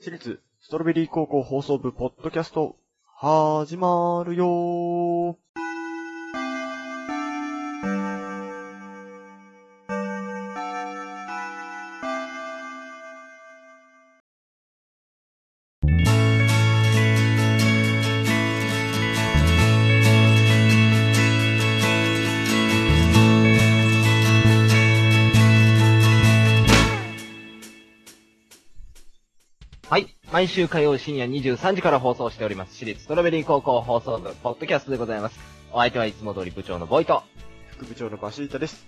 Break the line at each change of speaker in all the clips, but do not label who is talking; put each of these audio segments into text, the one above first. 私立ストロベリー高校放送部ポッドキャスト、始まるよー。
はい。毎週火曜深夜23時から放送しております。私立ストロベリー高校放送部、ポッドキャストでございます。お相手はいつも通り部長のボイト。よ
副部長のバシータです。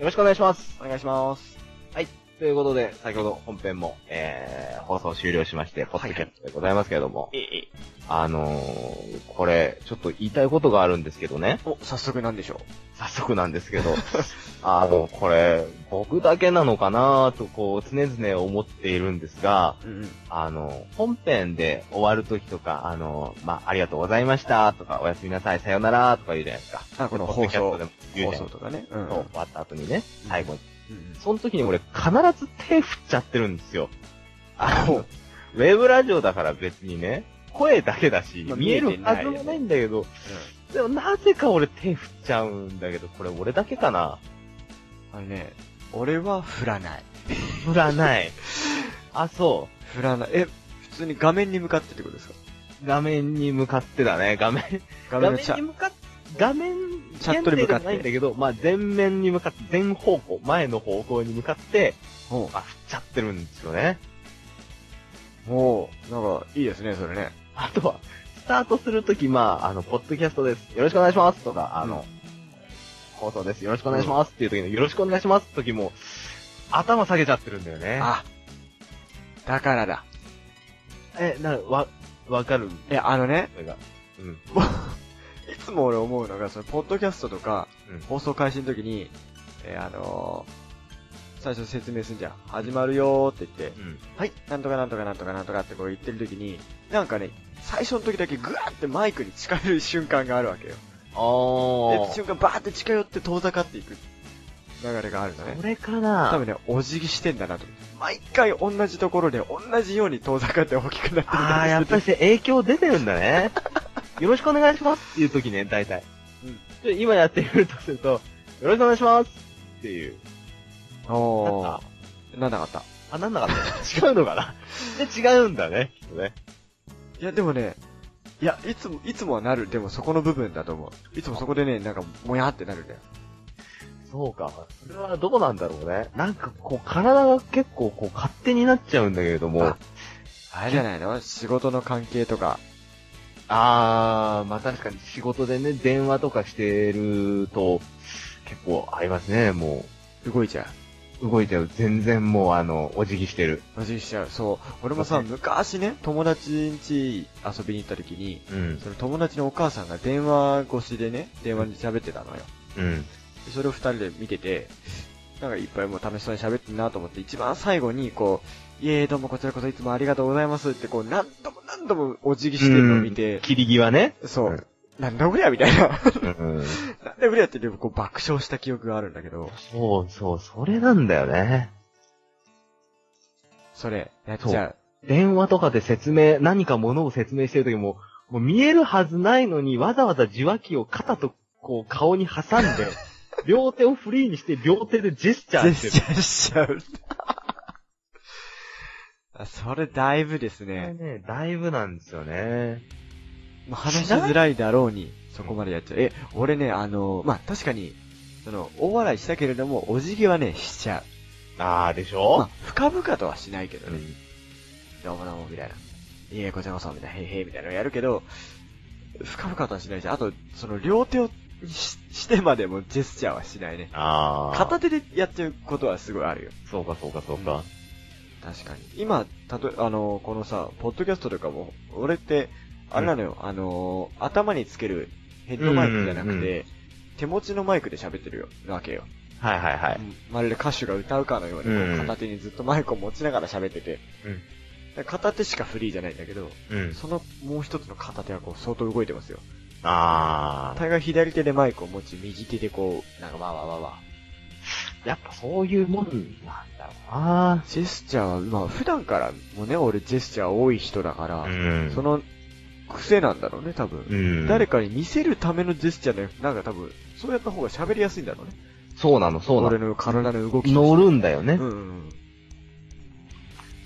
ろしくお願いします。
お願いします。
ということで、先ほど本編も、えー、放送終了しまして、ポッドキャストでございますけれども、
ええ、
あのー、これ、ちょっと言いたいことがあるんですけどね。
お、早速なんでしょ
早速なんですけど、あの、これ、僕だけなのかなと、こう、常々思っているんですが、
う。うんうん。
あの、本編で終わるときとか、あの、まあ、ありがとうございましたとか、おやすみなさい、さよならとか言うじゃないですか。
あ、この
ポッ
放
ドキャスト
送
で、も言う
放
じゃ
送
ないです
と
か。
かね。うんうん。
そう終わった後にね、最後に。
うん
その時に俺必ず手振っちゃってるんですよ。あ
ほ
の
う、
ウェブラジオだから別にね、声だけだし、
まあ
見えるはずもないんだけど、でもなぜか俺手振っちゃうんだけど、これ俺だけか な
うん。あのね、俺は振らない。
振らない。あ、そう。
振らない。え、普通に画面に向かってってことですか
画面に向かってだね、画面。
画
画
面の
面
チ
に
ャ、
向かっ、画面、
チャットに向かって
限定ではないんだけど、まあ、前面に向かって、前方向、前の方向に向かって、
ほ
まあ、振っちゃってるんですよね。
う。ほう。なんか、いいですね、それね。
あとは、スタートするとき、まあ、あの、ポッドキャストです。よろしくお願いしますとか、あの、放送です。よろしくお願いしますっていうときの、よろしくお願いしますときも、頭下げちゃってるんだよね。
あ、だからだ。
え、な、わ、わかる
いや、あのね、
それが。うん。
いつも俺思うのが、その、ポッドキャストとか、
うん
放送開始の時に、えーあのー最初説明すんじゃん。始まるよーって言って、
うん。
はい、なんとかなんとかなんとかなんとかってこう言ってる時に、なんかね、最初の時だけグワーってマイクに近寄る瞬間があるわけよ。
あ
で、
ー。
瞬間バーって近寄って遠ざかっていく流れがあるのね
こ。れかな
多分ね、お辞儀してんだなと思って。毎回同じところで同じように遠ざかって大きくなってる
ああ、やっぱりして影響出てるん だね。よろしくお願いしますっていう時ね、大体。
うん
で今やってみるとすると、よろしくお願いしますっていう。
り。お
なんか
ー。なんなかった。
あ、なんなかった。 違うのかなで、違うんだね、きっとね。
いや、でもね、いや、いつも、いつもはなる。でもそこの部分だと思う。いつもそこでね、なんか、もやってなるんだよ。
そうか。それはどうなんだろうね。なんかこう、体が結構こう、勝手になっちゃうんだけれども
あ。あれじゃないの仕事の関係とか。
あー、まあ確かに仕事でね、電話とかしてると、結構ありますね、も
動いちゃ
う。動いちゃう。全然もう、あの、お辞儀してる。
う。マジにしちゃう。そう。俺もさ、
そう
昔ね、友達ん家遊びに行った時に、
うん。
その友達のお母さんが電話越しでね、電話に喋ってたのよ。
うん。
でそれを二人で見てて、なんかいっぱいもう楽しそうに喋ってんなと思って、一番最後に、こう、いえーどうもこちらこそいつもありがとうございますって、こう、何度も何度もお辞儀してるのを見て、
切り際ね。。
そううんなんだこりゃみたいな。
うん。
なんで俺やってるこう爆笑した記憶があるんだけど、
そうそう、それなんだよね。
それ、やっちゃう。
電話とかで説明、何かものを説明してるときも、もう見えるはずないのに、わざわざ受話器を肩と、こう、顔に挟んで、 両手をフリーにして、両手でジェスチャ
ジェ
ー
ス
し
チ
てる。
ャーしちゃう。あそれだいぶです
これ
ね。
ね、だいぶなんですよね。
まあ話しづらいだろうに、そこまでやっちゃう。え、俺ね、あの、まあ、確かに、その、大笑いしたけれども、お辞儀はね、しちゃ
あー、でし
う。
ょ、
まあ、深々とはしないけど
う
ね。
ん。
どうもどうも、みたいな。いえ、こちらこそ、みたいな、へいへい、みたいなのやるけど、深々とはしないし、あと、その、両手をししてまでもジェスチャーはしないね。
あー。
片手でやってることはすごいあるよ。
そうか、そうか、そうか。
確かに。今、たとえ、あの、このさ、ポッドキャストとかも、俺って、あれなのよ、あの、頭につけるヘッドマイクじゃなくて、
うんうんう
手持ちのマイクで喋ってるよ、わけよ。
はいはいはい。
まるで歌手が歌うかのように、こう
うんうん
片手にずっとマイクを持ちながら喋ってて、
うん
だから片手しかフリーじゃないんだけど、
うん。
そのもう一つの片手はこう相当動いてますよ。
あー。
大概左手でマイクを持ち、右手でこう、なんかわーわーわーわ
やっぱそういうもんなんだろうな
ジェスチャーは、まあ普段からもね、俺ジェスチャー多い人だから、
うん
その癖なんだろうね、多分。
うん
誰かに見せるためのジェスチャーね、なんか多分、そうやった方が喋りやすいんだろうね。
そうなの、そうな
俺
の。
の体の動きと
乗るんだよね。
して。うんうん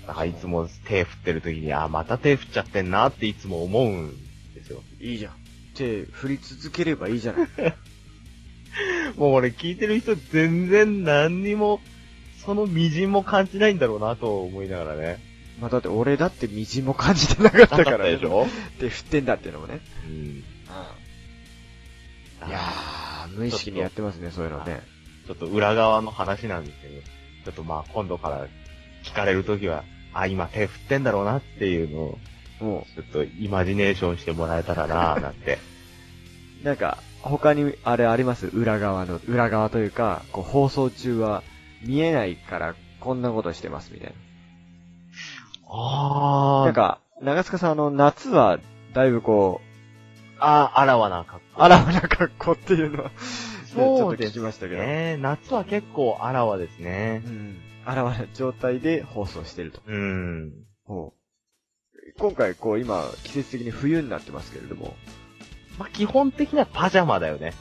なんかいつも手振ってる時に、あ、また手振っちゃってんなっていつも思うんですよ。
うん。いいじゃん。手振り続ければいいじゃない。
もう俺聞いてる人全然何にも、その微塵も感じないんだろうなと思いながらね。
まあだって俺だってみじんも感じてなかった
な
か
かっ
ら
たでしょ
手振ってんだっていうのもね。
うん。
いやー、無意識にやってますね、そういうのね。
ちょっと裏側の話なんですけど、ちょっとまあ今度から聞かれるときは、あ、今手振ってんだろうなっていうのを、
も
ちょっとイマジネーションしてもらえたらなぁなんて。
う、なんか、他にあれあります裏側の、裏側というか、こう放送中は見えないからこんなことしてますみたい な。
あー。
なんか、長塚さんあの、夏はだいぶこう、
あー、あらわな格好。
あらわな格好っていうのは、ね
そう
ちょっと
で
聞
す
きましたけど。
ね。夏は結構あらわですね
う。ん。あらわな状態で放送してると。
うん。
ほう今回こう今、季節的に冬になってますけれども、
まあ、基本的にはパジャマだよね。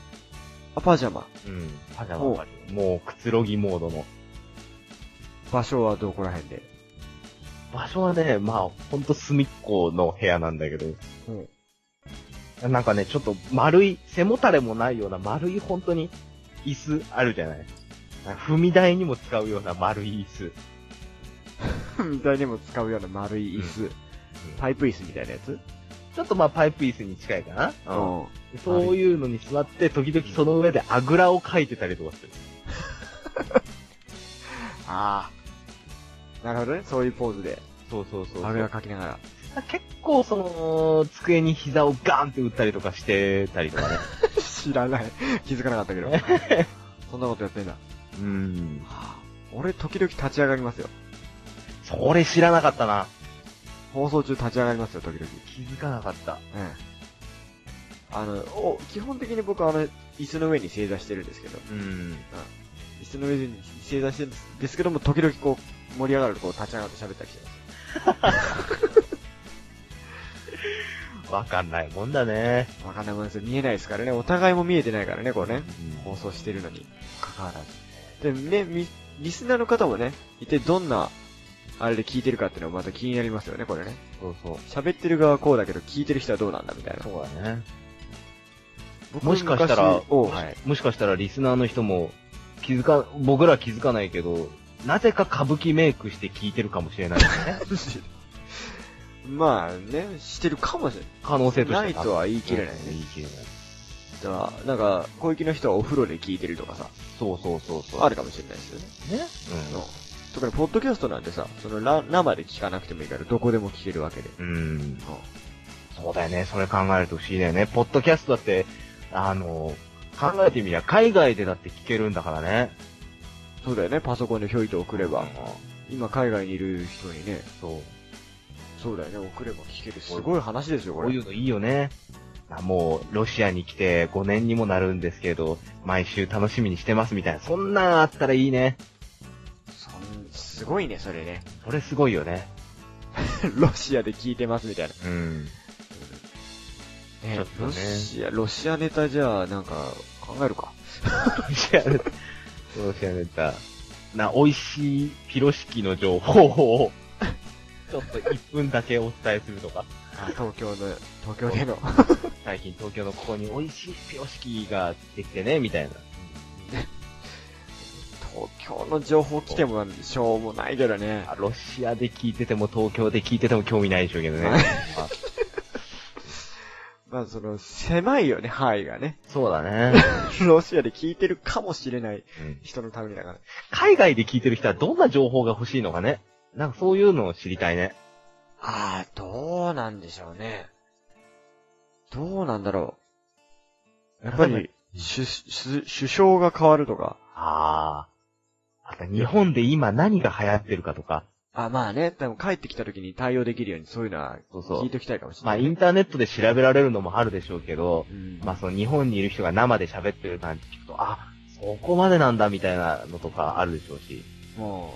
あパジャマ、
うん。パジャ
お
マ。もうくつろぎモードの。
場所はどこら辺で
場所はね、まあ、ほんと隅っこの部屋なんだけど。
うん。
なんかね、ちょっと丸い、背もたれもないような丸い本当に椅子あるじゃない。なんか踏み台にも使うような丸い椅 子。
みたいにも使うような丸い椅子、パイプ椅子みたいなやつ
ちょっとまあパイプ椅子に近いかな。
う
ん。
ん。
そういうのに座って、時々その上であぐらをかいてたりとかする。
ああ。なるほどね、そういうポーズで、
そうそうそうそう。
あぐらかきながら。
結構その、机に膝をガンって打ったりとかしてたりとか ね。
知らない。気づかなかったけど。 そんなことやってんだ。
うん。
俺、時々立ち上がりますよ。
それ知らなかったな。
放送中立ち上がりますよ、時々。
気づかなかった。
うん。あの、お基本的に僕はあの、椅子の上に正座してるんですけど、
うん。
椅子の上に正座してるんですけども、時々こう、盛り上がるとこう立ち上がって喋ったりしてます。
わかんないもんだね。
わかんないもんですよ。見えないですからね。お互いも見えてないからね、こうね。放送してるのに、関わらず。で、ね、みリスナーの方もね、一体どんな、あれで聞いてるかっていうのはまた気になりますよね、これね。
そうそう。
喋ってる側はこうだけど、聞いてる人はどうなんだみたいな。
そうだね。
僕
もしかしたら
昔、おうはい。
もしかしたらリスナーの人も気づか、僕ら気づかないけど、なぜか歌舞伎メイクして聞いてるかもしれないよね。
まあね、してるかもしれない。
可能性としては
ないとは言い切れないね
うん言い切れない。
だからなんか、小雪の人はお風呂で聞いてるとかさ、
そうそうそうそう。
あるかもしれないですよね。
ね。
うん特にポッドキャストなんてさ、そのラ生で聞かなくてもいいから、どこでも聞けるわけで。
うん。うん。そうだよね。それ考えると不思議だよね。ポッドキャストだって、あの、考えてみりゃ海外でだって聞けるんだからね。
そうだよね、パソコンでひょいと送れば。今海外にいる人にね、
そう。
そうだよね、送れば聞ける。すごい話ですよ、こ
こうい
れ。
うのいいよね。あもう、ロシアに来て5年にもなるんですけど、毎週楽しみにしてますみたいな。そんなんあったらいいね。
そんすごいね、それね。
これすごいよね。
ロシアで聞いてますみたいな。
うん。
ね
ちょっと
ロ
ね
シア、ロシアネタじゃあ、なんか、考えるか。
ロシアネタ。ロシアネタ。な、美味しいピロシキの情報を、 ちょっと1分だけお伝えするとか。
あ東 京の、東京での。
最近東京のここに美味しいピロシキができてね、みたいな。
東京の情報来ても、しょうもないけどね。
あロシアで聞いてても東京で聞いてても興味ないでしょうけどね
は。
あ
まあ、その、狭いよね、範囲が ね。
そうだね。
ロシアで聞いてるかもしれない
うん
人のためにだから。
海外で聞いてる人はどんな情報が欲しいのかね。なんかそういうのを知りたいね。
ああ、どうなんでしょうね。どうなんだろう。やっぱり、首、首首相が変わるとか。
ああ。あと日本で今何が流行ってるかとか。
あ、まあね、でも帰ってきた時に対応できるようにそういうのは
そう
聞い。ときたいかもしれな
まあ
い。
インターネットで調べられるのもあるでしょうけど、
うん
まあその日本にいる人が生で喋ってる感じ聞くと、あ、ここまでなんだみたいなのとかあるでしょうし。
も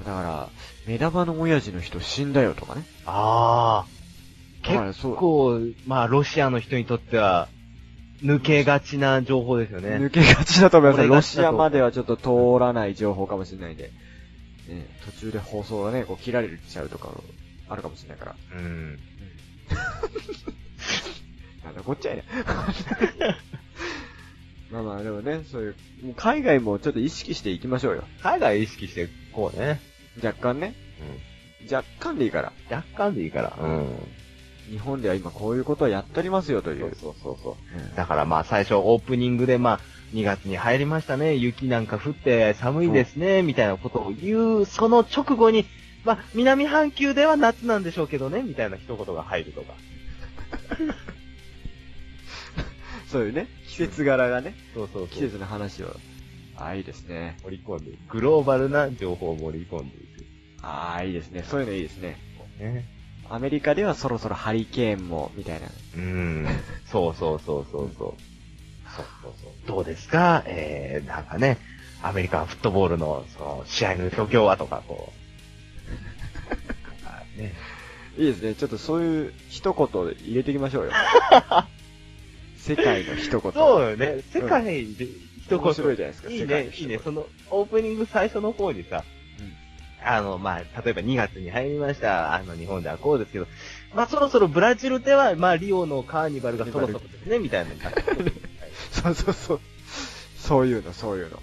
う、だから、目玉の親父の人死んだよとかね。
ああ。
だか
結
らそう
構、まあ、ロシアの人にとっては、抜けがちな情報ですよね。
抜けがちだと思います。
これが
ロ
ち
シ
だと
アまではちょっと通らない情報かもしれないんで、ね、途中で放送がね、こう切られちゃうとか、あるかもしれないから。
うん。
なんだこっちゃいね。まあまあ、でもね、そういう、もう海外もちょっと意識していきましょうよ。
海外意識してこうね。
若干ね。若干でいいから。
うん。若干でいいから。うん。
日本では今こういうことはやっておりますよとい
そう
う。
そうそうそう。
うん
だからまあ最初オープニングでまあ2月に入りましたね、雪なんか降って寒いですね、みたいなことを言う、その直後に、まあ南半球では夏なんでしょうけどね、みたいな一言が入るとか。
そういうね、季節柄がね、
そうそう
季
そう。
節の話を。ああ、いいですね。
盛り込んでいく。グローバルな情報を盛り込んでい
ああ、いいですね。そういうのいいですね。
く。ね。
アメリカではそろそろハリケーンも、みたいな。
うん。 そうそうそうそうそう。そうそうそう。どうですかえー、なんかね、アメリカンフットボールの、その、試合の状況はとか、こう。なんか ね。
いいですね。ちょっとそういう一言入れていきまし ょうよ。世界の一言。
そうよね。世界で一言。
面白いじゃないですか
いい
世界
ね
の、一
いい
言
ね。その、オープニング最初の方にさ、あの、まあ、例えば2月に入りました。あの、日本ではこうですけど、まあ、そろそろブラジルでは、まあ、リオのカーニバルがそろそろですね、みたい な。
そうそうそう。そういうの、そういうの。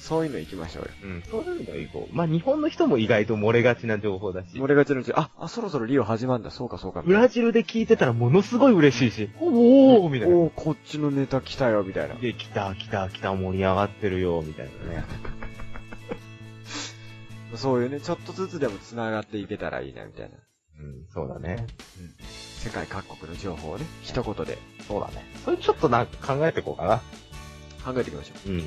そういうの行きましょうよ。
うん、そういうのがいいこう。まあ、日本の人も意外と漏れがちな情報だし
漏、れがちのうち、あ、あ、そろそろリオ始まるんだ、そうかそうか。み
ブ
たいな
ラジルで聞いてたらものすごい嬉しいし、おーみたいな。
おーこっちのネタ来たよ、みたいな。
で、来た、来た、来た、盛り上がってるよ、みたいなね。
そういうね、ちょっとずつでも繋がっていけたらいいな、みたいな。
うん、そうだね。
世界各国の情報をね、一言で
そうだね。それちょっとなんか考えていこうかな。
考えていきましょ
うん。す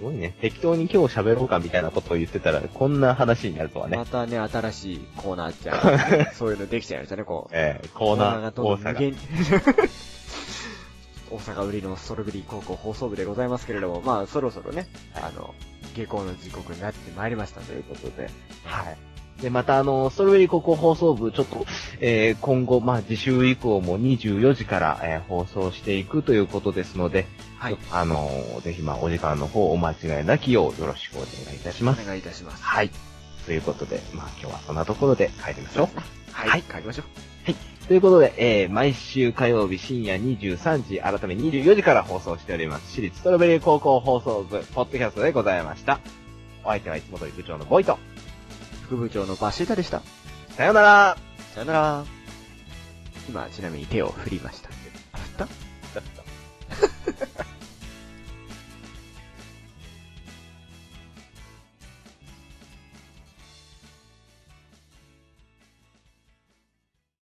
ごいね。適当に今日喋ろうかみたいなことを言ってたら、こんな話になるとは
う。
ね
ま。たね、新しいコーナーち ゃう。そういうのできちゃいましたね、こう。
えー、コーナー、
ど
大
んどん
阪。
無限 大阪売りのストロベリー高校放送部でございますけれども、まあそろそろね、あの、下校の時刻になってまいりましたということで、
はい。で、またあの、ストロベリー高校放送部、ちょっと、えー、今後、まあ、次週以降も24時から、えー放送していくということですので、
はい、
あのーぜひ、まあ、お時間の方、お間違いなきよう、よろしくお願いいたし
お
ます。
願いいたします。
はい。ということで、まあ、今日はそんなところで帰りましょう。
はい、
はい
帰りましょう。
ということで、えー、毎週火曜日深夜23時、改め24時から放送しております、私立ストロベリー高校放送部、ポッドキャストでございました。お相手はいつも通り部長のボイト。
副部長のバシータでした。
さよなら
さよなら。今、ちなみに手を振りました。振った